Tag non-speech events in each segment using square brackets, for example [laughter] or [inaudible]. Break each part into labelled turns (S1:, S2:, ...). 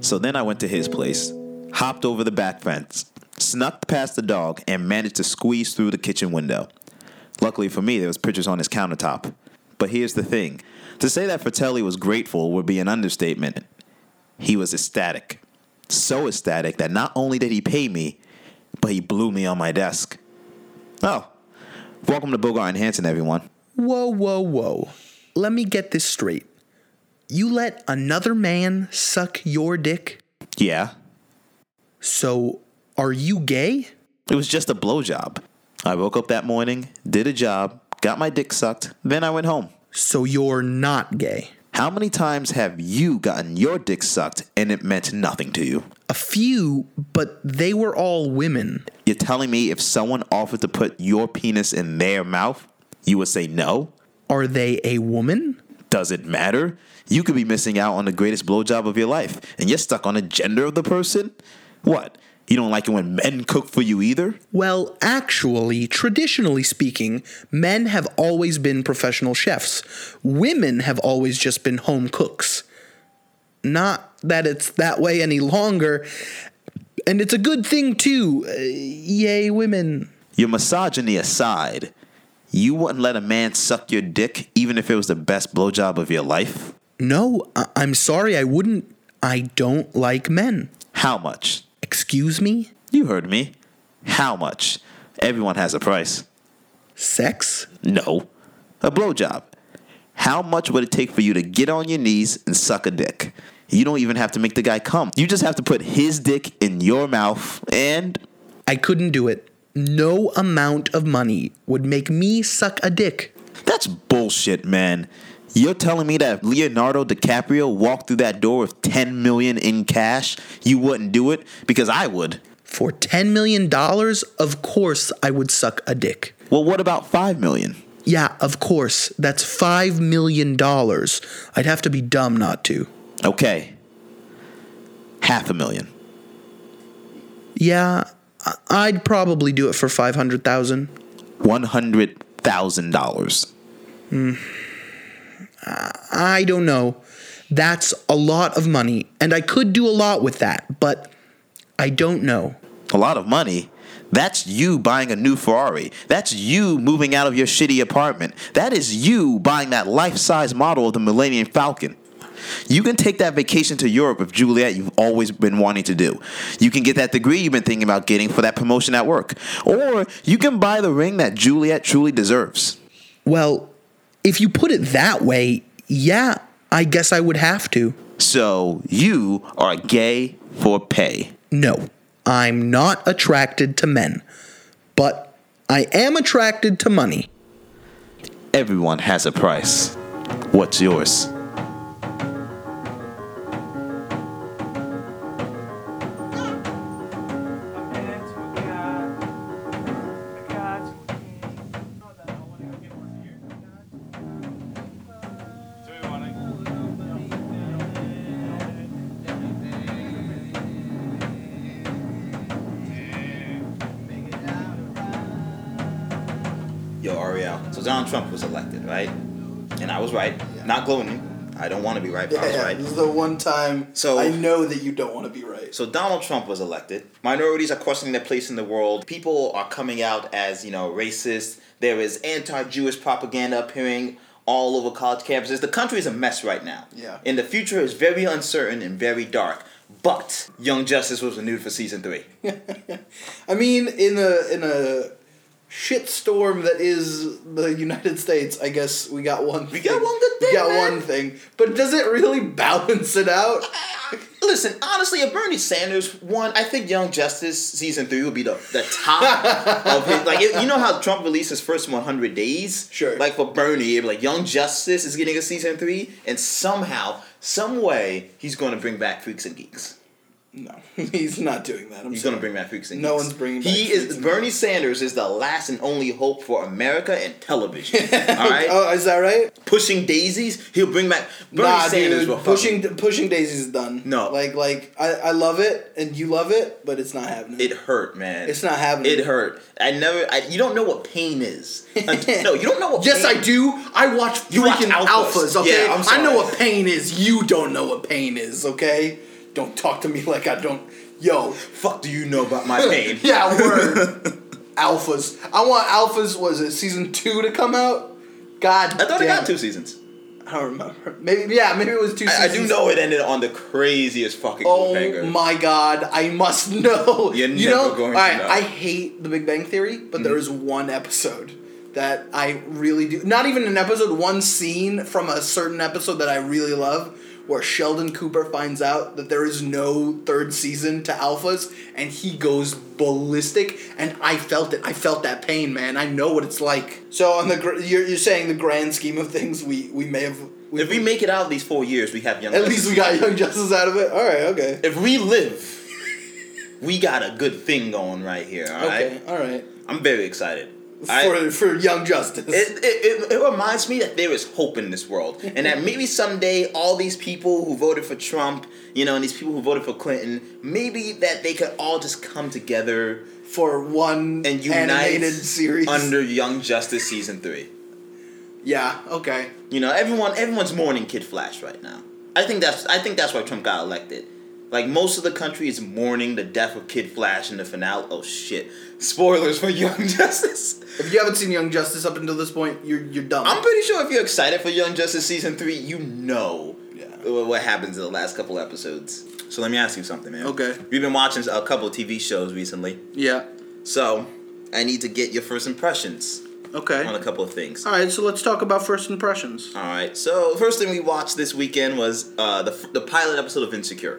S1: So then I went to his place, hopped over the back fence, snuck past the dog, and managed to squeeze through the kitchen window. Luckily for me, there was pictures on his countertop. But here's the thing. To say that Fratelli was grateful would be an understatement. He was ecstatic. So ecstatic that not only did he pay me, but he blew me on my desk. Oh, welcome to Bogart and Hanson, everyone.
S2: Whoa, whoa, whoa. Let me get this straight. You let another man suck your dick?
S1: Yeah,
S2: So, are you gay?
S1: it was just a blowjob. I woke up that morning, did a job, got my dick sucked, then I went home.
S2: So, you're not gay.
S1: How many times have you gotten your dick sucked and it meant nothing to you?
S2: A few, but they were all women.
S1: You're telling me if someone offered to put your penis in their mouth, you would say no?
S2: Are they a woman?
S1: Does it matter? You could be missing out on the greatest blowjob of your life, and you're stuck on the gender of the person? What? You don't like it when men cook for you either?
S2: Well, actually, traditionally speaking, men have always been professional chefs. Women have always just been home cooks. Not that it's that way any longer. And it's a good thing, too. Uh, yay, women.
S1: Your misogyny aside, you wouldn't let a man suck your dick even if it was the best blowjob of your life?
S2: No, I- I'm sorry, I wouldn't. I don't like men.
S1: How much?
S2: Excuse me?
S1: You heard me. How much? Everyone has a price.
S2: Sex?
S1: No. A blowjob. How much would it take for you to get on your knees and suck a dick? You don't even have to make the guy come. You just have to put his dick in your mouth and
S2: I couldn't do it. No amount of money would make me suck a dick.
S1: that's bullshit, man. You're telling me that if Leonardo DiCaprio walked through that door with 10 million in cash, you wouldn't do it because I would.
S2: For $10 million, of course I would suck a dick.
S1: Well, what about 5 million?
S2: Yeah, of course. That's $5 million. I'd have to be dumb not to.
S1: Okay. Half a million.
S2: Yeah, I- I'd probably do it for 500,000.
S1: $100,000.
S2: I don't know. That's a lot of money, and I could do a lot with that, but I don't know.
S1: a lot of money. That's you buying a new Ferrari. That's you moving out of your shitty apartment. That is you buying that life size model of the Millennium Falcon. You can take that vacation to Europe with Juliet you've always been wanting to do. You can get that degree you've been thinking about getting for that promotion at work. Or you can buy the ring that Juliet truly deserves.
S2: Well, if you put it that way, yeah, I guess I would have to.
S1: So you are gay for pay.
S2: No, I'm not attracted to men, but I am attracted to money.
S1: Everyone has a price. What's yours? Yo, Ariel. So Donald Trump was elected, right? And I was right. Not glowing. I don't want to be right, but I was
S3: Yeah,
S1: right.
S3: this is the one time
S1: So-
S3: I know that you don't want to be right.
S1: So Donald Trump was elected. Minorities are questioning their place in the world. People are coming out as, you know, racist. There is anti-Jewish propaganda appearing all over college campuses. The country is a mess right now.
S3: Yeah.
S1: And the future is very uncertain and very dark. But Young Justice was renewed for season three.
S3: [laughs] I mean, in a in a shitstorm that is the [laughs] United States, I guess we got one. We
S1: got one good
S3: We
S1: thing,
S3: got
S1: man.
S3: one thing, but does it really balance it out?
S1: Listen, honestly, if Bernie Sanders won, I think Young Justice season three would be the, the
S3: [laughs]
S1: top of his. Like, you know how Trump released his first 100 days?
S3: Sure.
S1: Like, for Bernie, it'd be like Young Justice is getting a season three, and somehow, some way, he's going to bring back Freaks and Geeks.
S3: No, [laughs] he's not doing that. I'm
S1: He's
S3: sorry.
S1: going to bring back Freaks and
S3: No
S1: Geeks.
S3: one's bringing
S1: He
S3: back Freaks
S1: is
S3: and
S1: Bernie Sanders is the last and only hope for America and
S3: [laughs]
S1: television. All right,
S3: Oh, is that right?
S1: pushing daisies, he'll bring back Bernie
S3: nah,
S1: Sanders. will
S3: dude.
S1: fucking-
S3: Pushing pushing daisies is done.
S1: No.
S3: like like I, I love it and you love it, but it's not happening.
S1: It hurt, man.
S3: It's not happening.
S1: It hurt. I never. I, you don't know what pain
S3: [laughs]
S1: is. Like, no, you don't know what.
S3: Yes,
S1: pain-
S3: I do. I watch freaking
S1: Oh, You watch
S3: alphas.
S1: Alphas,
S3: okay?
S1: yeah, I'm
S3: I
S1: sorry.
S3: know what pain is. You don't know what pain is, okay? Don't talk to me [laughs] like I don't. Yo,
S1: Fuck do you know about my pain?
S3: [laughs] yeah, word. Alphas. I want Alphas. Was it season two to come out? God,
S1: I thought it
S3: damn
S1: got two seasons.
S3: I don't remember. Maybe yeah, maybe it was two.
S1: I, I do
S3: seasons.
S1: know it ended on the craziest fucking
S3: Oh
S1: cliffhanger.
S3: my god, I must [laughs] know.
S1: You're
S3: you
S1: never
S3: know,
S1: going to
S3: alright,
S1: know. Mm.
S3: I hate The Big Bang Theory, but there is one episode that I really do. Not even an episode, one scene from a certain episode that I really love, where Sheldon Cooper finds out that there is no third season to Alphas, and he goes ballistic. And I felt it. I felt that pain, man. I know what it's like. So on the gr- you're, you're saying the grand scheme of things, we we may have. We,
S1: If we make it out of these four years, we have young.
S3: at least we got Young Justice out of it. All right, okay.
S1: If we live, we got a good thing going right here. All right?
S3: Okay, all right.
S1: I'm very excited.
S3: For
S1: I-
S3: for Young Justice.
S1: it, it, it, it reminds me that there is hope in this world
S3: Mm-hmm.
S1: and that maybe someday all these people who voted for trump you know and these people who voted for clinton maybe that they could all just come together
S3: for one
S1: and unite
S3: animated series.
S1: under young justice season three
S3: yeah, okay.
S1: you know everyone everyone's mourning kid flash right now i think that's i think that's why trump got elected like most of the country is mourning the death of kid flash in the finale oh shit spoilers for young [laughs] justice
S3: If you haven't seen Young Justice up until this point, you're you're dumb.
S1: I'm pretty sure if you're excited for Young Justice season three, you know
S3: Yeah.
S1: wh- what happens in the last couple episodes. So let me ask you something, man.
S3: Okay.
S1: We've been watching a couple TV shows recently,
S3: yeah.
S1: so I need to get your first impressions
S3: Okay.
S1: on a couple of things.
S3: All right, so let's talk about first impressions.
S1: All right. So first thing we watched this weekend was uh, the f- the pilot episode of Insecure.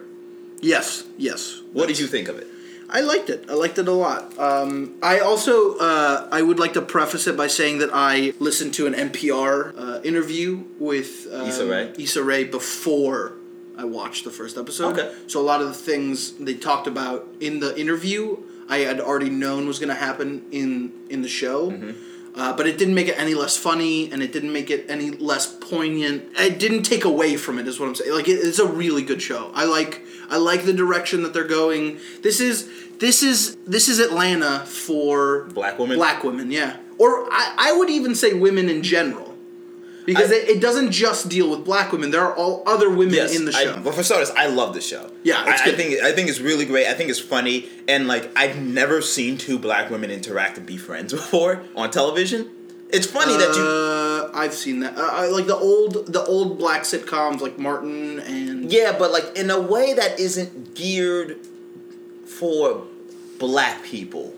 S3: Yes, yes.
S1: What did you think of it?
S3: I liked it. I liked it a lot. Um, I also uh, I would like to preface it by saying that I listened to an NPR uh, interview with um,
S1: Issa Rae?
S3: Issa Rae before I watched the first episode.
S1: Okay.
S3: So a lot of the things they talked about in the interview, I had already known was going to happen in in the show.
S1: Mm-hmm.
S3: Uh, but it didn't make it any less funny, and it didn't make it any less poignant. It didn't take away from it, is what I'm saying. Like it, it's a really good show. I like I like the direction that they're going. This is this is this is Atlanta for
S1: Black women?
S3: Black women, yeah. Or I, I would even say women in general, because
S1: I-
S3: it, it doesn't just deal with black women. There are all other women in the
S1: I-
S3: show.
S1: well, for starters, I love the show.
S3: Yeah, it's
S1: I, I
S3: good.
S1: think I think it's really great. I think it's funny, and like I've never seen two black women interact and be friends [laughs] before on television. It's funny that you.
S3: uh, I've seen that. Uh, I, like the old the old black sitcoms, like Martin and
S1: Yeah, but like in a way that isn't geared for black people.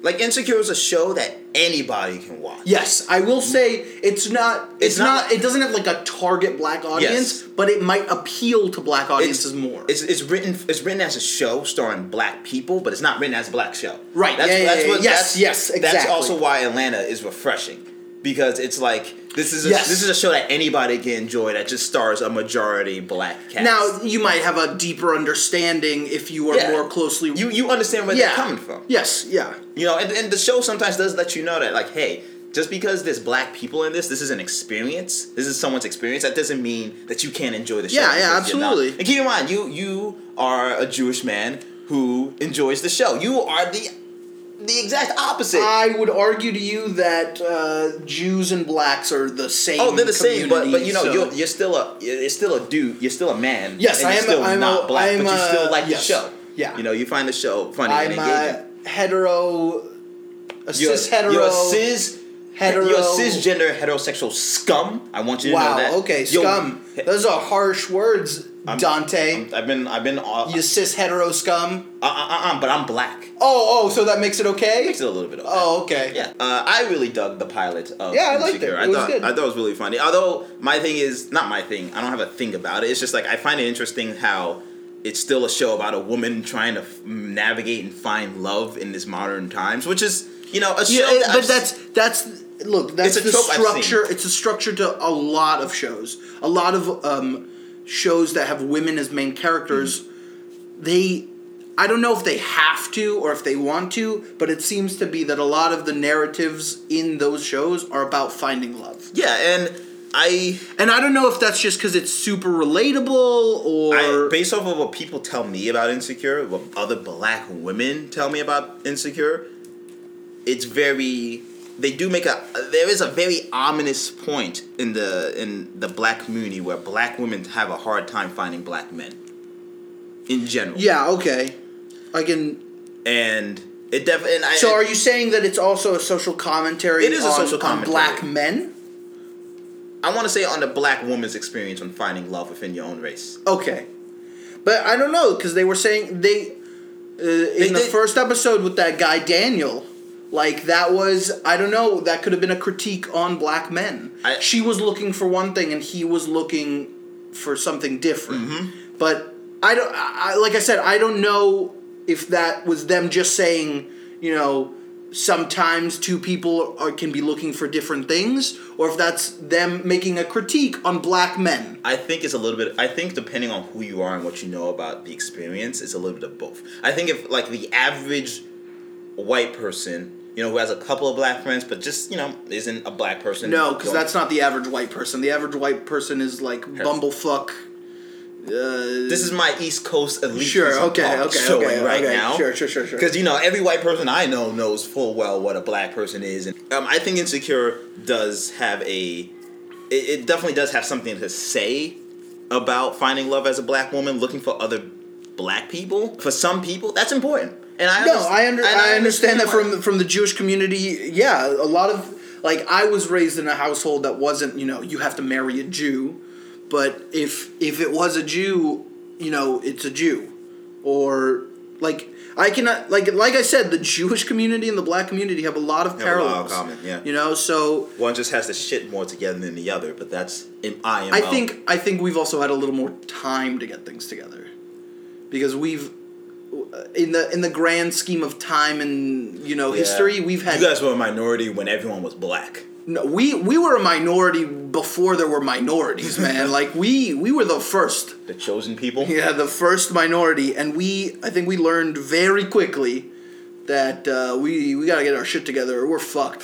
S1: Like Insecure is a show that anybody can watch.
S3: Yes, I will say it's not. It's,
S1: It's
S3: not,
S1: not-
S3: It doesn't have like a target black audience, but it might appeal to black audiences more.
S1: It's, it's written it's written as a show starring black people, but it's not written as a black show.
S3: Right, yeah, yeah, yeah, yes, yes,
S1: That's
S3: exactly.
S1: also why Atlanta is refreshing because it's like this is a,
S3: Yes.
S1: this is a show that anybody can enjoy that just stars a majority black cast.
S3: now you might have a deeper understanding if you are
S1: Yeah.
S3: more closely.
S1: you you understand where
S3: yeah.
S1: they're coming from.
S3: Yes. Yeah.
S1: You know, and, and the show sometimes does let you know that, like, hey, just because there's black people in this, this is an experience. This is someone's experience. That doesn't mean that you can't enjoy the show.
S3: Yeah, yeah,
S1: because you're not.
S3: absolutely.
S1: And keep in mind, you you are a Jewish man who enjoys the show. You are the the exact opposite.
S3: I would argue to you that uh, Jews and blacks are the same.
S1: oh, they're the same, but but
S3: community,
S1: you know,
S3: so-
S1: you're, you're still a you're still a dude. You're still a man.
S3: Yes,
S1: and
S3: I
S1: you're
S3: am a-
S1: Still
S3: I'm a-
S1: not black,
S3: I'm
S1: but you still
S3: a-
S1: like
S3: yes,
S1: the show.
S3: yeah.
S1: you know, you find the show funny
S3: I'm
S1: and
S3: a
S1: engaging.
S3: hetero, a
S1: You're,
S3: cis hetero.
S1: you're a cis
S3: hetero-
S1: You're a cisgender heterosexual scum. I want you to know that.
S3: wow. Okay.
S1: Yo,
S3: Scum.
S1: he-
S3: Those are harsh words, Dante.
S1: I've been, I've been, uh,
S3: you cis hetero scum.
S1: uh, uh, uh, uh, but I'm black.
S3: Oh, oh, so that makes it okay?
S1: Makes it a little bit. Of
S3: Oh, okay.
S1: Yeah, uh, I really dug the pilot of
S3: Yeah, I liked it.
S1: Insecure.
S3: It was
S1: I thought
S3: good.
S1: I thought it was really funny. Although my thing is not my thing. I don't have a thing about it. It's just like I find it interesting how it's still a show about a woman trying to f- navigate and find love in this modern times, which is you know a show.
S3: Yeah, it-
S1: that I've
S3: but
S1: s-
S3: that's that's look that's
S1: It's a
S3: the
S1: trope I've seen.
S3: structure. It's a structure to a lot of shows. A lot of um, shows that have women as main characters.
S1: Mm-hmm.
S3: They, I don't know if they have to or if they want to, but it seems to be that a lot of the narratives in those shows are about finding love.
S1: yeah, and I
S3: And I don't know if that's just because it's super relatable or
S1: I, based off of what people tell me about insecure, what other black women tell me about insecure, it's very. They do make a. There is a very ominous point in the in the black community where black women have a hard time finding black men. in general.
S3: Yeah. Okay. I can.
S1: and it definitely.
S3: So are you saying that it's also a social commentary?
S1: It is a
S3: on-
S1: social
S3: on
S1: commentary.
S3: black men.
S1: I want to say on the black woman's experience on finding love within your own race.
S3: Okay, but I don't know because they were saying they uh, in the
S1: did-
S3: first episode with that guy Daniel, like that was I don't know that could have been a critique on black men.
S1: I-
S3: she was looking for one thing and he was looking for something different.
S1: Mm-hmm.
S3: But I don't I, I- like I said I don't know if that was them just saying you know sometimes two people are, can be looking for different things or if that's them making a critique on black men.
S1: I think it's a little bit. I think depending on who you are and what you know about the experience, it's a little bit of both. I think if like the average white person, you know, who has a couple of black friends, but just you know, isn't a black person.
S3: No, because that's not the average white person. The average white person is like bumblefuck. Uh,
S1: This is my East Coast elite.
S3: sure.
S1: I'm
S3: Okay. Okay.
S1: showing
S3: Okay.
S1: right
S3: okay,
S1: now.
S3: Sure. Sure. Sure. Sure.
S1: Because you know every white person I know knows full well what a black person is, and um, I think Insecure does have a, it, it definitely does have something to say about finding love as a black woman, looking for other black people. For some people, that's important, and I
S3: no,
S1: underst-
S3: I, under, I,
S1: and
S3: understand that
S1: why-
S3: from from the Jewish community. Yeah, a lot of like I was raised in a household that wasn't you know you have to marry a Jew, but if if it was a Jew, you know it's a Jew, or like I cannot like like I said the Jewish community and the black community have a lot of
S1: a lot in
S3: parallels.
S1: common, yeah.
S3: You know, so
S1: one just has the shit more together than the other, but that's in IMO.
S3: I think I think we've also had a little more time to get things together, because we've in the in the grand scheme of time and you know
S1: Yeah.
S3: history we've had
S1: you guys were a minority when everyone was black.
S3: no, we we were a minority before there were
S1: [laughs]
S3: minorities man like we we were the first
S1: The chosen people.
S3: yeah the first minority and we I think we learned very quickly that uh, we we gotta get our shit together or we're fucked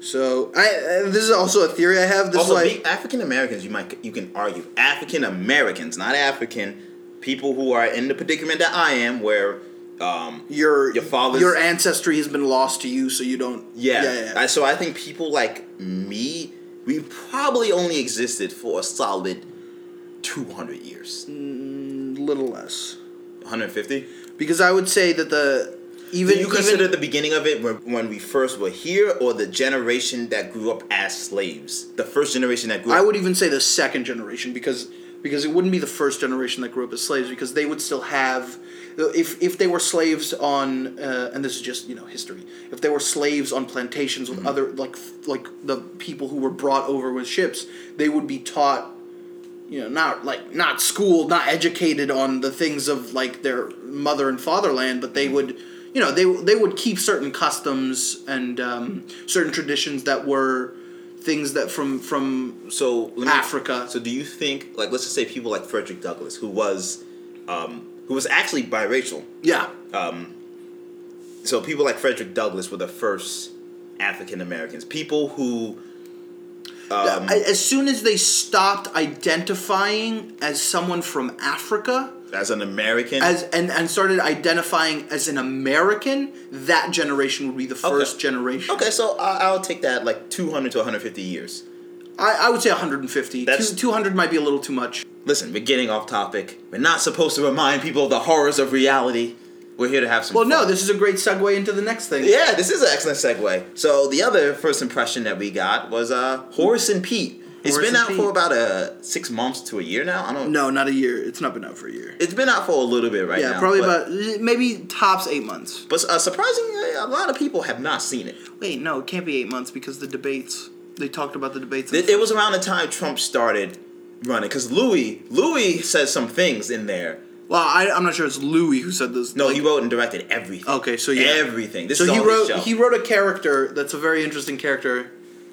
S3: so I uh, this is also a theory I have this
S1: also,
S3: is like
S1: African Americans, you might you can argue African Americans, not African people who are in the predicament that I am, where um,
S3: your
S1: your father's-
S3: your ancestry has been lost to you, so you don't.
S1: yeah.
S3: yeah, yeah.
S1: I- so I think people like me, we probably only existed for a solid two hundred years,
S3: Mm.
S1: one
S3: a little less
S1: hundred fifty.
S3: because I would say that the even
S1: Do you
S3: even-
S1: consider the beginning of it when, when we first were here, or the generation that grew up as slaves, the first generation that grew up?
S3: I would even say the second generation because because it wouldn't be the first generation that grew up as slaves because they would still have if if they were slaves on uh, and this is just you know history if they were slaves on plantations
S1: Mm-hmm.
S3: with other like like the people who were brought over with ships they would be taught you know not like not schooled not educated on the things of like their mother and fatherland but
S1: Mm-hmm.
S3: they would you know they they would keep certain customs and um, certain traditions that were things that from from
S1: so let me-
S3: Africa.
S1: So do you think like let's just say people like Frederick Douglass, who was um, who was actually biracial.
S3: yeah
S1: Um, So people like Frederick Douglass were the first African Americans. People who
S3: A- as soon as they stopped identifying as someone from Africa
S1: as an American
S3: as and, and started identifying as an American that generation would be the first generation
S1: Okay, so I, I'll take that like 200 to 150 years.
S3: I, I would say 150
S1: That's-
S3: Two, 200 might be a little too much
S1: Listen, we're getting off topic. We're not supposed to remind people of the horrors of reality. We're here to have some
S3: well no
S1: fun.
S3: this is a great segue into the next thing
S1: Yeah, this is an excellent segue. So the other first impression that we got was uh Horace and Pete. It's
S3: Horace
S1: been
S3: and
S1: out for
S3: Pete.
S1: about uh six months to a year now. I don't.
S3: no not a year it's not been out for a year
S1: It's been out for a little bit right
S3: yeah
S1: now.
S3: probably
S1: but,
S3: about maybe tops eight months
S1: But uh, surprisingly, a lot of people have not seen it.
S3: wait no it can't be eight months because the debates they talked about the debates
S1: It, it was around the time Trump started running because Louis Louis says some things in there.
S3: well I, I'm not sure it's Louis who said this
S1: No,
S3: like-
S1: he wrote and directed everything.
S3: Okay, so yeah.
S1: everything. This
S3: so
S1: is
S3: he
S1: on his
S3: wrote
S1: show.
S3: he wrote a character that's a very interesting character.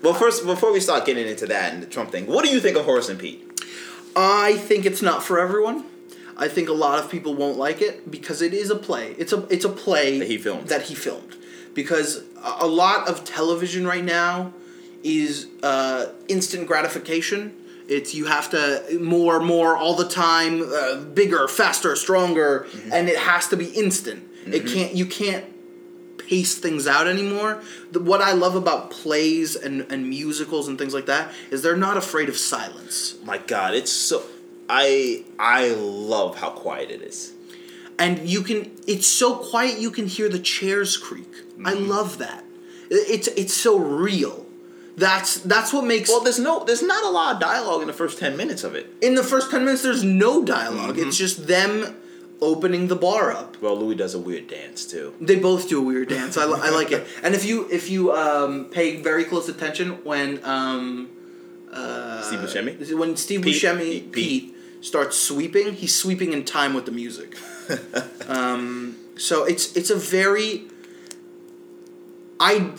S1: well, first before we start getting into that and the Trump thing, what do you think of Horace and Pete?
S3: I think it's not for everyone. I think a lot of people won't like it because it is a play. It's a it's a play
S1: That he filmed.
S3: That he filmed because a- a lot of television right now is uh, instant gratification. It's you have to more more all the time, uh, bigger, faster, stronger,
S1: Mm-hmm.
S3: and it has to be instant. It can't you can't pace things out anymore. The, what I love about plays and, and musicals and things like that is they're not afraid of silence.
S1: My God, it's so. I I love how quiet it is.
S3: and you can it's so quiet you can hear the chairs creak. I love that. It- It's it's so real. That's that's what makes
S1: Well, there's no, there's not a lot of dialogue in the first ten minutes of it.
S3: in the first 10 minutes there's no dialog It's just them opening the bar up.
S1: Well, Louis does a weird dance too.
S3: They both do a weird dance. I, li- I like it. And if you if you um, pay very close attention when um, uh,
S1: Steve Buscemi?
S3: is it when Steve
S1: Pete.
S3: Buscemi
S1: Pete.
S3: Pete, starts sweeping, he's sweeping in time with the
S1: [laughs]
S3: music. um, so it's it's a very I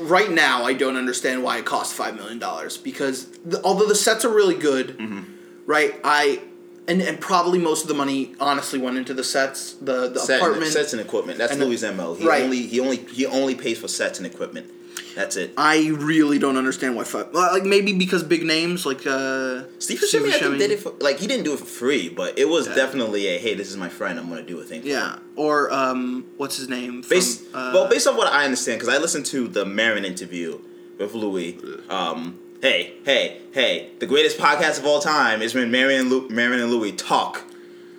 S3: right now I don't understand why it cost five million dollars because the, although the sets are really good,
S1: Mm-hmm.
S3: right? I and, and probably most of the money honestly went into the sets, the the
S1: Set and,
S3: apartment
S1: sets and equipment. That's
S3: and the-
S1: Louis mo. He
S3: right.
S1: only he only he only pays for sets and equipment. That's it.
S3: I really don't understand why. Five, well, like maybe because big names like uh,
S1: Steve Buscemi, I think did it for like he didn't do it for free, but it was definitely a hey, this is my friend. I'm gonna do a thing. for
S3: Yeah, or um, what's his name? From,
S1: Based,
S3: uh,
S1: well, based off what I understand, because I listened to the Marin interview with Louis. Um, hey, hey, hey! The greatest podcast of all time is when Marin and Lou, Marin and Louis talk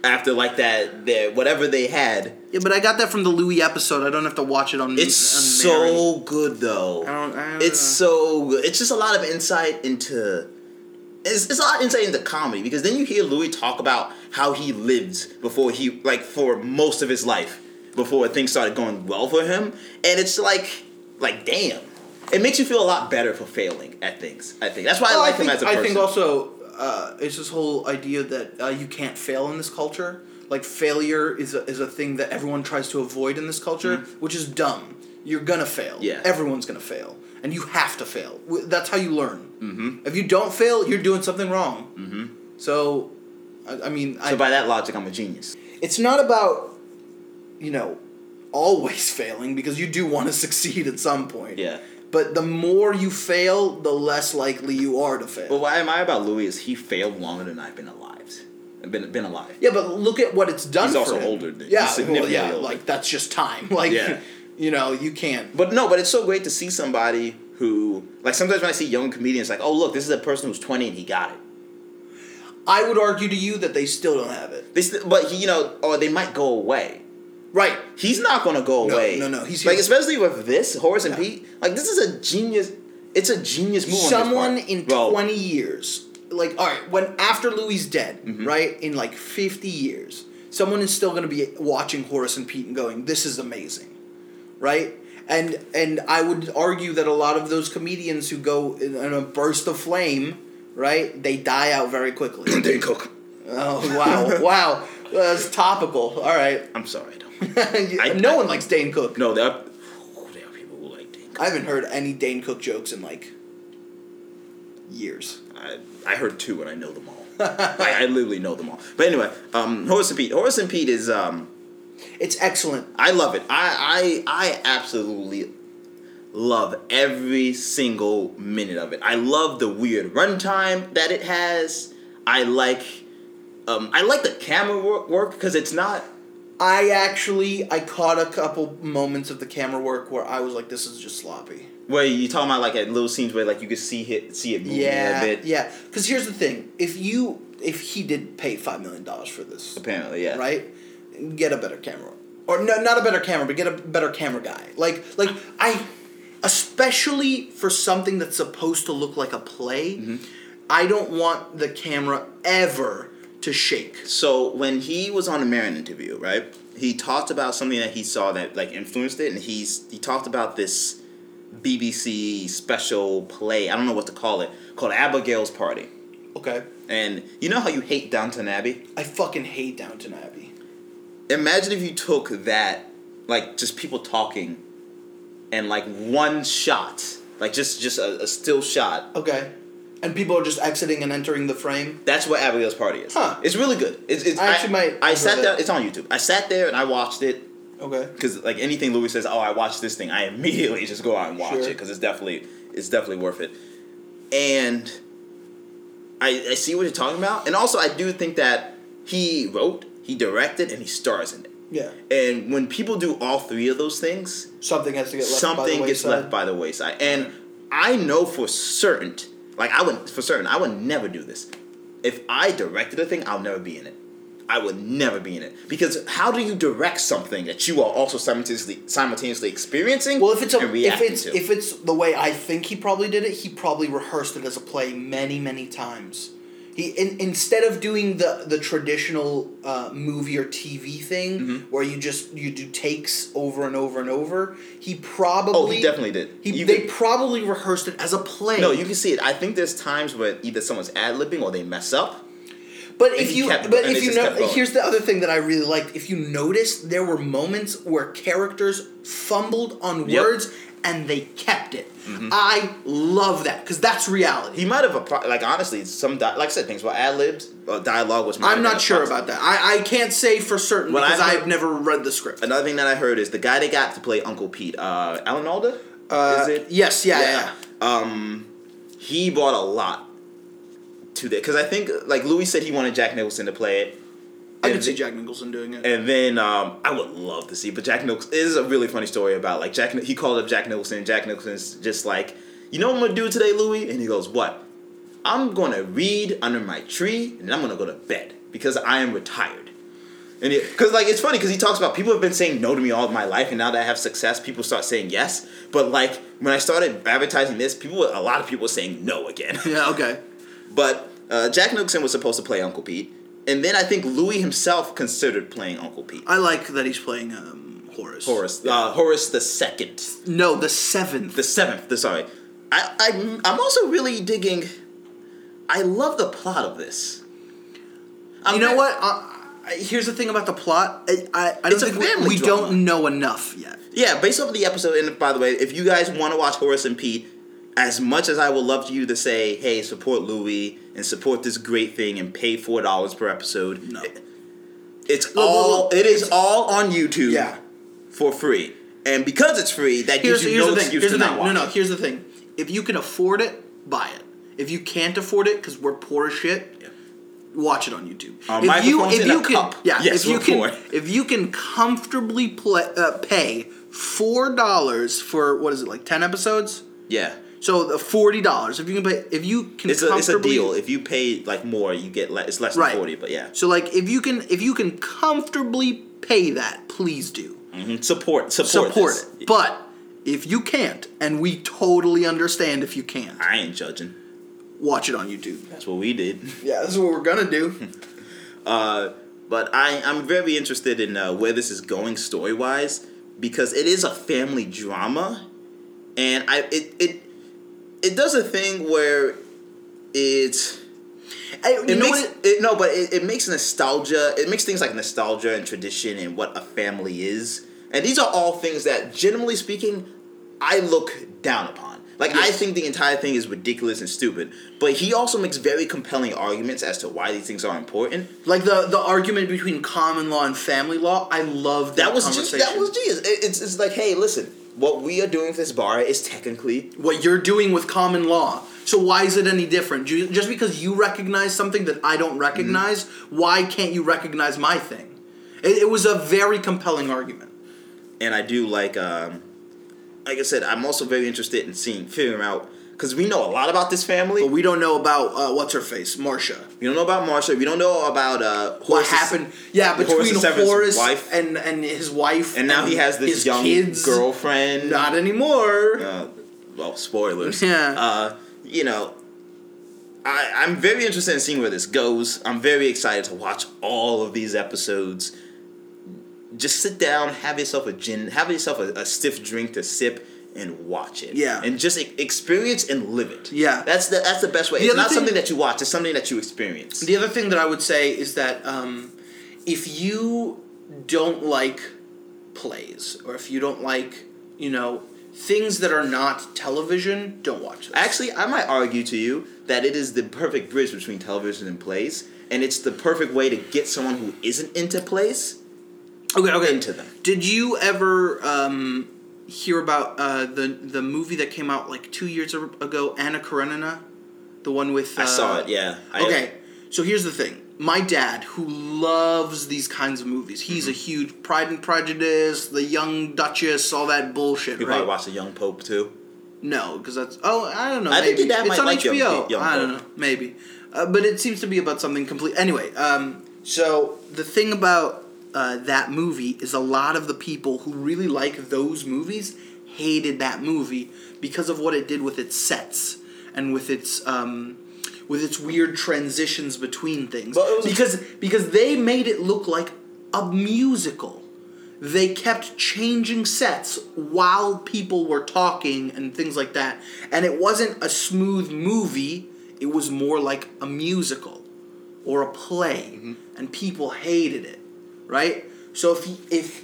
S1: after like that, their whatever they had.
S3: yeah, but I got that from the Louis episode. I don't have to watch it on.
S1: It's
S3: on Mary.
S1: so good though.
S3: I don't- I don't
S1: it's
S3: know.
S1: so good. It's just a lot of insight into. It's, it's a lot of insight into comedy because then you hear Louis talk about how he lived before he like for most of his life before things started going well for him, and it's like like damn, it makes you feel a lot better for failing at things. I think that's why
S3: Well,
S1: I like him as a person.
S3: Oh, I think also uh, it's this whole idea that uh, you can't fail in this culture. Like failure is a, is a thing that everyone tries to avoid in this culture, which is dumb. You're gonna fail.
S1: Mm-hmm. Yeah.
S3: Everyone's gonna fail, and you have to fail. W- That's how you learn. Mm-hmm. If you don't fail, you're doing something wrong. Mm-hmm. So, I, I mean, I,
S1: so by that logic, I'm a genius.
S3: it's not about you know always [laughs] failing because you do want to succeed at some point.
S1: Yeah.
S3: But the more you fail, the less likely you are to fail.
S1: But what I admire about Louis is he failed longer than I've been alive. Been been alive.
S3: Yeah, but look at what it's done.
S1: He's
S3: for
S1: also
S3: him.
S1: older, dude.
S3: Yeah,
S1: He's
S3: well,
S1: significantly
S3: yeah,
S1: older.
S3: like that's just time. [laughs] Like,
S1: Yeah.
S3: you know, you can't.
S1: But no, but it's so great to see somebody who, like, sometimes when I see young comedians, like, oh, look, this is a person who's 20 and he got it.
S3: I would argue to you that they still don't have it.
S1: This, but he, you know, or they might go away.
S3: Right.
S1: He's not gonna go
S3: No,
S1: away.
S3: no, no, he's
S1: like,
S3: here.
S1: especially with this Horace and Pete. Like, this is a genius. It's a genius move. on
S3: Someone
S1: his part.
S3: in
S1: Well,
S3: twenty years, like, all right, when after Louis dead,
S1: Mm-hmm.
S3: right, in like fifty years, someone is still going to be watching Horace and Pete and going, "This is amazing," right? And and I would argue that a lot of those comedians who go in, in a burst of flame, right, they die out very
S1: [coughs]
S3: quickly.
S1: Dane Cook.
S3: Oh wow, wow, that's topical. All right, [laughs]
S1: I'm sorry, I don't. I-
S3: no
S1: I-
S3: one likes Dane Cook.
S1: no, there are, oh, there are people who like Dane Cook.
S3: I haven't heard any Dane Cook jokes in like years.
S1: I, I heard two and I know them
S3: [laughs]
S1: all. like, I literally know them all. But anyway, um, Horace and Pete. Horace and Pete is um,
S3: It's excellent.
S1: I love it. I I I absolutely love every single minute of it. I love the weird runtime that it has. I like um, I like the camera wor- work because it's not
S3: I actually I caught a couple moments of the camera work where I was like, this is just sloppy.
S1: where you talking about like at little scenes where like you can see it see it moving
S3: Yeah,
S1: a bit.
S3: yeah. Because here's the thing: if you if he did pay five million dollars for this,
S1: Apparently, yeah.
S3: right? Get a better camera, or no, not a better camera, but get a better camera guy. Like, like I, especially for something that's supposed to look like a play, I don't want the camera ever to shake.
S1: So when he was on the Marin interview, right? He talked about something that he saw that like influenced it, and he's he talked about this BBC special play. I don't know what to call it, called Abigail's Party.
S3: Okay,
S1: And you know how you hate Downton Abbey?
S3: I fucking hate Downton Abbey.
S1: Imagine if you took that, like just people talking, and like one shot, like just just a, a still shot.
S3: Okay, and people are just exiting and entering the frame.
S1: That's what Abigail's party is.
S3: Huh.
S1: It's really good. It's, it's
S3: I actually might
S1: I
S3: enjoy
S1: sat
S3: that.
S1: down. It's on YouTube. I sat there and I watched it
S3: Okay,
S1: because like anything Louis says, oh, I watched this thing, I immediately just go out and watch it 'cause
S3: Sure.
S1: it because it's definitely it's definitely worth it. And I I see what you're talking about, and also I do think that he wrote, he directed, and he stars in it.
S3: yeah,
S1: And when people do all three of those things,
S3: something has to get left. by
S1: something
S3: the
S1: gets
S3: wayside.
S1: left by the wayside. And I know for certain, like I would for certain, I would never do this. If I directed a thing, I'll never be in it. I would never be in it because how do you direct something that you are also simultaneously simultaneously experiencing?
S3: Well, if it's a,
S1: and
S3: if
S1: reacting
S3: it's
S1: to?
S3: if it's the way I think he probably did it, he probably rehearsed it as a play many many times. He in, instead of doing the the traditional uh, movie or TV thing
S1: Mm-hmm.
S3: where you just you do takes over and over and over, he probably
S1: oh, he definitely did.
S3: he-
S1: You
S3: they
S1: could-
S3: probably rehearsed it as a play.
S1: no, you can see it. I think there's times where either someone's ad libbing or they mess up.
S3: But
S1: And
S3: if
S1: he
S3: you,
S1: kept-
S3: but
S1: and
S3: if
S1: they
S3: you
S1: just
S3: know,
S1: kept going.
S3: here's the other thing that I really liked. If you noticed, there were moments where characters fumbled on
S1: Yep. Mm-hmm.
S3: words and they kept it. I love that because that's reality.
S1: He might have appro- like honestly some di- like I said things were ad libs or dialogue was.
S3: I'm not sure about that. I, I can't say for certain
S1: When
S3: because
S1: I heard-
S3: I've never read the script.
S1: Another thing that I heard is the guy they got to play Uncle Pete, uh, Alan Alda.
S3: Uh,
S1: is it?
S3: Yes, yeah, yeah.
S1: Um, he brought a lot to that because I think like Louis said he wanted Jack Nicholson to play it.
S3: I
S1: And
S3: could see
S1: the-
S3: Jack Nicholson doing it.
S1: And then um, I would love to see, but Jack Nicholson it is a really funny story about like Jack. He called up Jack Nicholson, and Jack Nicholson's just like, you know what I'm gonna do today, Louis? And he goes, what? I'm gonna read under my tree, and I'm gonna go to bed because I am retired. And because like it's funny because he talks about people have been saying no to me all my life, and now that I have success, people start saying yes. But like when I started advertising this, people were- a lot of people were saying no again. [laughs]
S3: yeah, okay.
S1: But uh, Jack Nicholson was supposed to play Uncle Pete, and then I think Louis himself considered playing Uncle Pete.
S3: I like that he's playing um, Horace.
S1: Horace, uh, Horace the second,
S3: No, the seventh.
S1: the seventh. The, sorry, I, I I'm also really digging. I love the plot of this. I'm
S3: you know
S1: not-
S3: what? I, I, here's the thing about the plot. I, I, I don't
S1: It's a
S3: think we-
S1: family
S3: we
S1: drama.
S3: don't know enough yet.
S1: Yeah, based off of the episode. And by the way, if you guys want to watch Horace and Pete, as much as I would love you to say, "Hey, support Louis and support this great thing and pay four dollars per episode,"
S3: No.
S1: it's
S3: Look, look,
S1: all
S3: look,
S1: it is
S3: it's-
S1: all on YouTube.
S3: Yeah.
S1: for free. And because it's free, that
S3: here's,
S1: gives you
S3: here's
S1: no
S3: the thing.
S1: excuse
S3: Here's
S1: to
S3: the
S1: not
S3: thing. No,
S1: watch.
S3: no. Here's the thing. If you can afford it, buy it. If you can't afford it, because we're poor as shit, watch it on YouTube.
S1: Our
S3: if you,
S1: microphone's
S3: if
S1: Uh, in
S3: you
S1: a
S3: can,
S1: cup.
S3: yeah.
S1: Yes,
S3: if you
S1: we're
S3: can,
S1: poor.
S3: if you can comfortably play, uh, pay four dollars for what is it like ten episodes?
S1: Yeah,
S3: So the forty dollars. If you can pay, if you can
S1: it's a,
S3: comfortably
S1: it's a deal. If you pay like more, you get less. It's less than
S3: Right.
S1: forty, but yeah.
S3: So like if you can if you can comfortably pay that, please do.
S1: Mhm. Support, support,
S3: Support
S1: this.
S3: it. But if you can't, and we totally understand if you can't,
S1: I ain't judging.
S3: watch it on YouTube.
S1: That's what we did.
S3: Yeah, this is what we're gonna [laughs] do.
S1: Uh, but I, I'm very interested in uh, where this is going story wise because it is a family drama, and I it it it does a thing where it's
S3: you
S1: it
S3: know
S1: makes
S3: what?
S1: it, no, but it, it makes nostalgia. It makes things like nostalgia and tradition and what a family is, and these are all things that, generally speaking, I look down upon. Like I think the entire thing is ridiculous and stupid, but he also makes very compelling arguments as to why these things are important.
S3: Like the the argument between common law and family law, I love that,
S1: That was just
S3: conversation.
S1: that was genius. It, it's it's like, hey, listen, what we are doing with this bar is technically
S3: what you're doing with common law. So why is it any different? Ju- Just because you recognize something that I don't recognize,
S1: Mm-hmm.
S3: why can't you recognize my thing? It, it was a very compelling argument.
S1: and I do like um like I said, I'm also very interested in seeing figuring out because we know a lot about this family.
S3: But we don't know about uh, what's her face, Marcia.
S1: We don't know about Marsha. We don't know about uh,
S3: What
S1: Horace's-
S3: happened? Yeah,
S1: Horace
S3: between
S1: the Seventh's
S3: Horace,
S1: wife.
S3: and and his wife,
S1: and now he has this
S3: his
S1: young
S3: kids.
S1: girlfriend.
S3: Not anymore.
S1: uh, well,
S3: [laughs]
S1: spoilers.
S3: Yeah.
S1: Uh, you know, I, I'm very interested in seeing where this goes. I'm very excited to watch all of these episodes. Just sit down, have yourself a gin, have yourself a, a stiff drink to sip, and watch it.
S3: Yeah.
S1: and just e- experience and live it.
S3: Yeah.
S1: that's the that's the best way.
S3: The
S1: it's
S3: other
S1: not
S3: thing-
S1: something that you watch; it's something that you experience.
S3: The other thing that I would say is that um, if you don't like plays or if you don't like, you know, things that are not television, don't watch this.
S1: Actually, I might argue to you that it is the perfect bridge between television and plays, and it's the perfect way to get someone who isn't into plays
S3: okay, okay.
S1: into them.
S3: Did you ever um, hear about uh, the the movie that came out like two years ar- ago, Anna Karenina, the one with? Uh,
S1: I saw it. Yeah. I,
S3: Okay, so here's the thing. My dad, who loves these kinds of movies, he's
S1: Mm-hmm.
S3: a huge Pride and Prejudice, The Young Duchess, all that bullshit,
S1: You
S3: right?
S1: probably watched The Young Pope too.
S3: No, because that's oh, I don't know.
S1: I
S3: maybe.
S1: think your dad
S3: it's
S1: might
S3: on
S1: like
S3: HBO.
S1: Young- Young
S3: I don't know,
S1: Pope.
S3: maybe, uh, but it seems to be about something complete. Anyway, um,
S1: So
S3: the thing about uh, that movie is a lot of the people who really like those movies hated that movie because of what it did with its sets and with its um, with its weird transitions between things.
S1: But it was-
S3: because because they made it look like a musical. They kept changing sets while people were talking and things like that, and it wasn't a smooth movie. It was more like a musical or a play
S1: Mm-hmm.
S3: and people hated it right so if if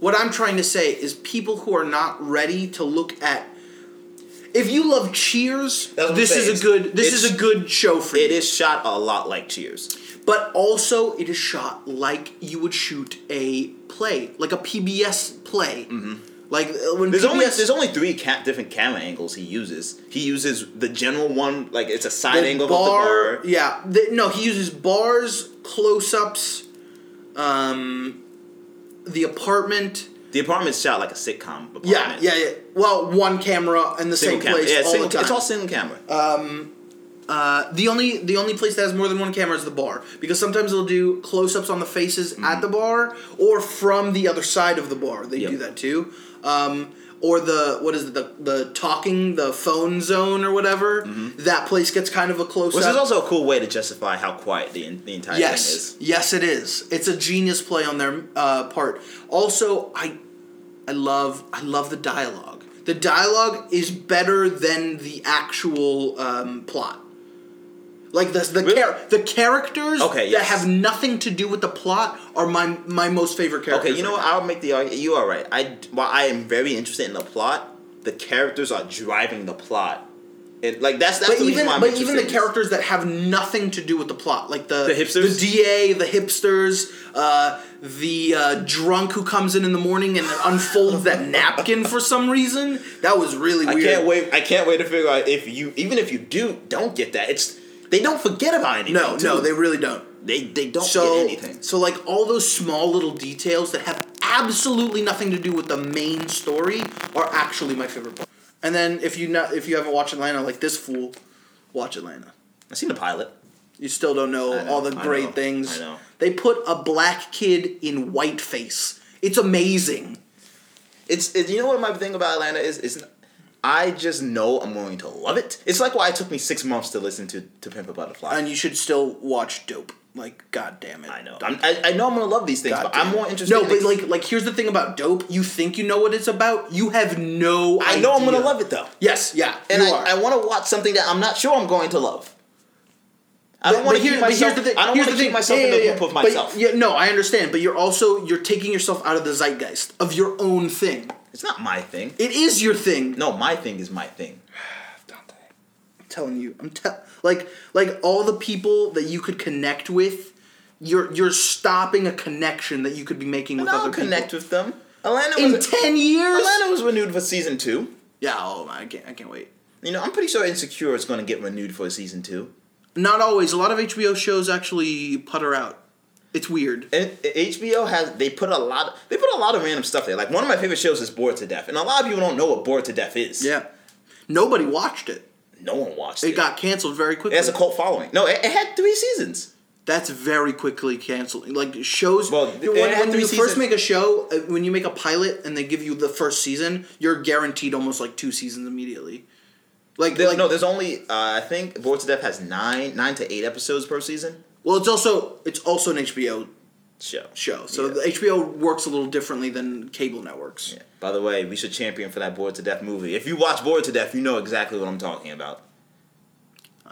S3: what i'm trying to say is people who are not ready to look at if you love cheers
S1: That's what I'm
S3: this
S1: saying.
S3: is a good this is
S1: It's-
S3: a good show for
S1: it
S3: you
S1: is shot a lot like Cheers.
S3: but also it is shot like you would shoot a play like a pbs play like uh, when
S1: Mm-hmm. There's
S3: PBS,
S1: only there's only three ca- different camera angles he uses. He uses the general one, like it's a side
S3: the
S1: angle
S3: bar,
S1: of the bar.
S3: yeah the- no he uses bars close-ups um the apartment
S1: The apartment's shot like a sitcom. Apartment.
S3: Yeah, yeah, yeah. Well, one camera in the
S1: Single
S3: same
S1: camera.
S3: place
S1: yeah,
S3: all
S1: single,
S3: the time.
S1: it's all single camera.
S3: Uh, the only the only place that has more than one camera is the bar because sometimes they'll do close ups on the faces at the bar or from the other side of the bar. They
S1: Mm-hmm. Yep.
S3: do that too. Um, or the what is it the the talking the phone zone or whatever that place gets kind of a close
S1: Mm-hmm. which
S3: up.
S1: is also a cool way to justify how quiet the, en- the entire thing
S3: Yes,
S1: is.
S3: yes, it is. It's a genius play on their uh, part. Also, I, I love, I love the dialogue. The dialogue is better than the actual um, plot. Like the the,
S1: Really?
S3: char- the characters
S1: Okay,
S3: that
S1: yes.
S3: have nothing to do with the plot are my my most favorite characters.
S1: Okay, you know
S3: right
S1: what? I'll make the argument. You are right. I while I am very interested in the plot, the characters are driving the plot. It like that's that's
S3: But
S1: the reason
S3: even
S1: why I'm
S3: but even the
S1: interested in this.
S3: characters that have nothing to do with the plot, like the
S1: The hipsters?
S3: the DA, the hipsters, uh, the uh, drunk who comes in in the morning and
S1: [laughs]
S3: unfolds that napkin for some reason. That was really
S1: I
S3: weird.
S1: can't wait. I can't wait to figure out if you even if you do don't get that. It's they don't forget about anything.
S3: No, no,
S1: too.
S3: they really don't.
S1: they they don't
S3: So
S1: get anything.
S3: so like all those small little details that have absolutely nothing to do with the main story are actually my favorite part. And then if you not if you haven't watched Atlanta like this fool, watch Atlanta.
S1: I seen the pilot.
S3: You still don't know,
S1: I know,
S3: all the
S1: I
S3: great
S1: know,
S3: things.
S1: I know.
S3: They put a black kid in white face. It's amazing.
S1: It's it, you know what my thing about Atlanta is is I just know I'm going to love it. It's like why it took me six months to listen to to Pimp a Butterfly.
S3: And you should still watch Dope. Like, god damn it.
S1: I know. I'm, I, I know I'm gonna love these things,
S3: God
S1: but
S3: damn
S1: I'm
S3: it.
S1: more interested.
S3: No,
S1: in
S3: but
S1: ex-
S3: like like here's the thing about Dope. You think you know what it's about, you have no
S1: I know I'm gonna
S3: idea.
S1: love it though. [laughs]
S3: Yes, yeah.
S1: and
S3: you
S1: I,
S3: are.
S1: I want to watch something that I'm not sure I'm going to love. I
S3: But-
S1: don't want
S3: but
S1: to keep
S3: here- but
S1: myself.
S3: here's the thing-
S1: I don't
S3: here's
S1: want to
S3: the
S1: keep
S3: thing.
S1: myself
S3: Yeah,
S1: in the
S3: yeah, yeah.
S1: group of
S3: But
S1: myself.
S3: yeah, no, I understand, but you're also you're taking yourself out of the zeitgeist of your own thing.
S1: It's not my thing.
S3: It is your thing.
S1: No, my thing is my thing.
S3: telling you i'm te- like like all the people that you could connect with you're you're stopping a connection that you could be making with
S1: And I'll
S3: other
S1: connect
S3: people
S1: with them. Atlanta
S3: in
S1: was
S3: 10 years
S1: Atlanta was renewed for season two.
S3: yeah oh my, i can't i can't wait
S1: You know, I'm pretty sure Insecure is going to get renewed for season two.
S3: not always a lot of hbo shows actually putter out it's weird
S1: And uh, HBO has they put a lot they put a lot of random stuff there. Like one of my favorite shows is Bored to Death, and a lot of people don't know what Bored to Death is.
S3: yeah nobody watched it
S1: no one watched
S3: it
S1: it.
S3: got canceled very
S1: it
S3: quickly
S1: has a cult following. No, it, it had three seasons.
S3: that's very quickly canceled. Like shows,
S1: Well,
S3: when,
S1: it had
S3: when
S1: three
S3: you
S1: seasons.
S3: first make a show, uh, when you make a pilot and they give you the first season, you're guaranteed almost like two seasons immediately. Like,
S1: There-
S3: like
S1: no, there's only uh, I think Bored to Death has nine nine to eight episodes per season.
S3: well, it's also it's also an HBO
S1: Show.
S3: show, so
S1: Yeah.
S3: the HBO works a little differently than cable networks.
S1: Yeah. By the way, we should champion for that Bored to Death movie. If you watch Bored to Death, you know exactly what I'm talking about.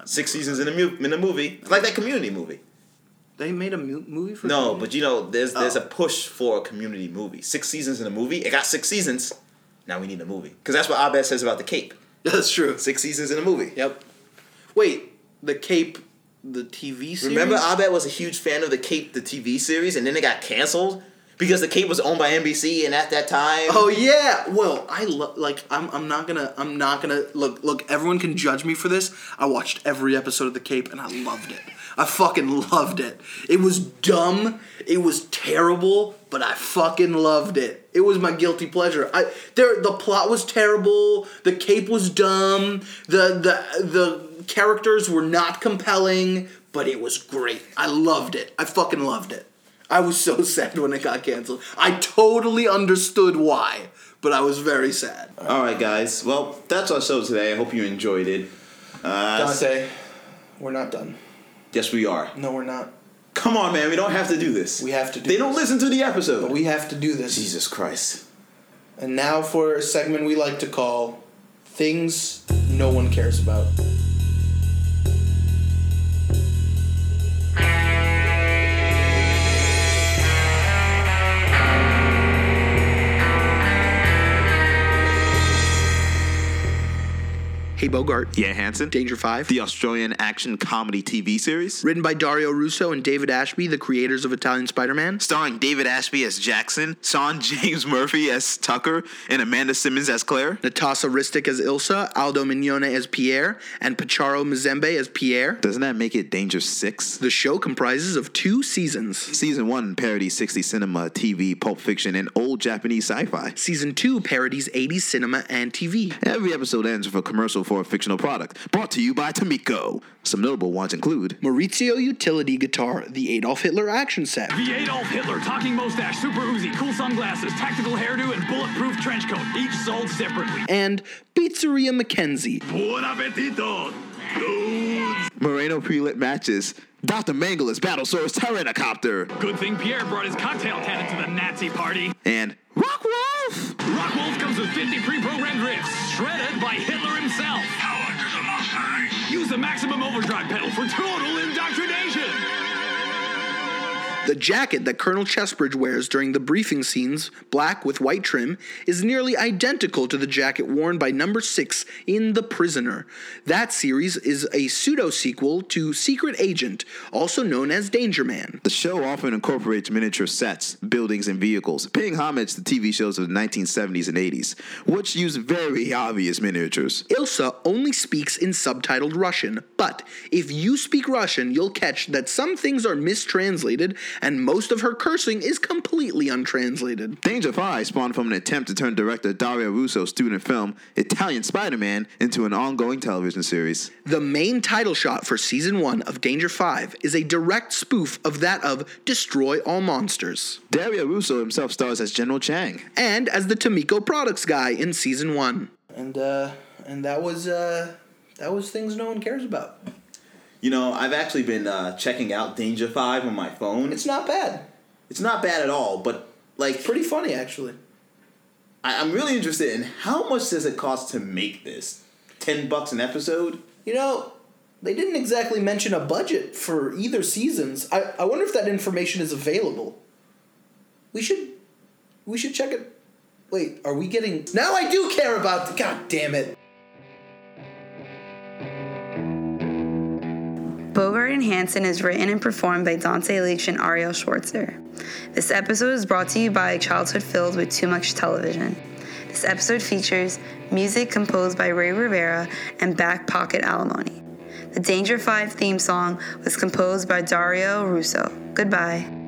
S1: Six seasons in a mu- in a movie, it's like that Community movie.
S3: They made a mu- movie for
S1: No, but you know, there's there's a
S3: Mm-hmm. Oh.
S1: push for a Community movie. Six seasons in a movie. It got six seasons. Now we need a movie because that's what Abed says about the Cape.
S3: [laughs] that's true.
S1: Six seasons in a movie.
S3: Yep. Wait, the Cape, the TV series.
S1: Remember, Abed was a huge fan of the Cape, the TV series, and then it got canceled because the Cape was owned by NBC, and at that time,
S3: [laughs] Oh yeah. Well, I love like I'm I'm not gonna I'm not gonna look look everyone can judge me for this. I watched every episode of The Cape and I loved it. I fucking loved it. It was dumb. It was terrible, but I fucking loved it. It was my guilty pleasure. I there the plot was terrible. The Cape was dumb. The the the characters were not compelling,
S4: but it was great. I loved it. I fucking loved it. I was so [laughs] sad when it got canceled. I totally understood why, but I was very sad.
S5: Oh. All right, guys. Well, that's our show today. I hope you enjoyed it.
S4: Dante, we're not done.
S5: Yes, we are.
S4: No, we're not.
S5: Come on, man. We don't have to do this.
S4: We have to do
S5: They don't
S4: this.
S5: listen to the episode.
S4: We have to do this.
S5: Jesus Christ.
S4: And now for a segment we like to call Things No One Cares About.
S3: Hey Bogart,
S1: Yeah, Hanson.
S3: Danger 5.
S1: The Australian action comedy TV series.
S3: Written by Dario Russo and David Ashby, the creators of Italian Spider Man.
S1: Starring David Ashby as Jackson, Sean James [laughs] Murphy as Tucker, and Amanda Simmons as Claire.
S3: Natasha Ristic as Ilsa, Aldo Mignone as Pierre, and Pacharo Mizembe as Pierre.
S1: Doesn't that make it Danger 6?
S3: The show comprises of two seasons.
S1: Season 1 parodies 60 cinema, TV, pulp fiction, and old Japanese sci fi.
S3: Season 2 parodies 80s cinema and TV.
S1: Every episode ends with a commercial for a fictional product, brought to you by Tamiko. Some notable ones include
S3: Maurizio Utility Guitar, the Adolf Hitler action set.
S6: The Adolf Hitler talking mustache, super Uzi, cool sunglasses, tactical hairdo, and bulletproof trench coat, each sold separately.
S3: And Pizzeria Mackenzie,
S6: Buon appetito!
S1: Moreno pre lit matches, Dr. Mangle is Battlesaurus Pteranocopter,
S6: Good thing Pierre brought his cocktail cannon to the Nazi party.
S1: and Rock Wolf!
S6: Rock Wolf comes with 50 pre-programmed riffs, shredded by Hitler himself. Use the maximum overdrive pedal for total indoctrination.
S3: the jacket that Colonel Chessbridge wears during the briefing scenes, black with white trim, is nearly identical to the jacket worn by number 6 in The Prisoner. That series is a pseudo sequel to Secret Agent, also known as Danger Man.
S1: The show often incorporates miniature sets, buildings, and vehicles, paying homage to TV shows of the 1970s and 80s, which use very obvious miniatures.
S3: Ilsa only speaks in subtitled Russian, but if you speak Russian, you'll catch that some things are mistranslated and most of her cursing is completely untranslated.
S1: Danger 5 spawned from an attempt to turn director Dario Russo's student film, Italian Spider Man, into an ongoing television series.
S3: The main title shot for season 1 of Danger 5 is a direct spoof of that of Destroy All Monsters,
S1: Dario Russo himself stars as General Chang.
S3: and as the Tamiko products guy in season 1.
S4: And uh and that was uh that was things no one cares about.
S5: You know, I've actually been uh, checking out Danger 5 on my phone.
S4: It's
S5: It's,
S4: not bad.
S5: it's not bad at all, but, like,
S4: Pretty funny actually.
S5: I, I'm really interested in how much does it cost to make this? 10 bucks an episode?
S4: You know, they didn't exactly mention a budget for either seasons. I, I wonder if that information is available. We should we should check it. Wait, are we getting Now I do care about the God damn it.
S7: Bogart and Hanson is written and performed by Dante Leach and Ariel Schwartzer. This episode is brought to you by Childhood Filled with Too Much Television. This episode features music composed by Ray Rivera and Back Pocket Alimony. The Danger 5 theme song was composed by Dario Russo. Goodbye.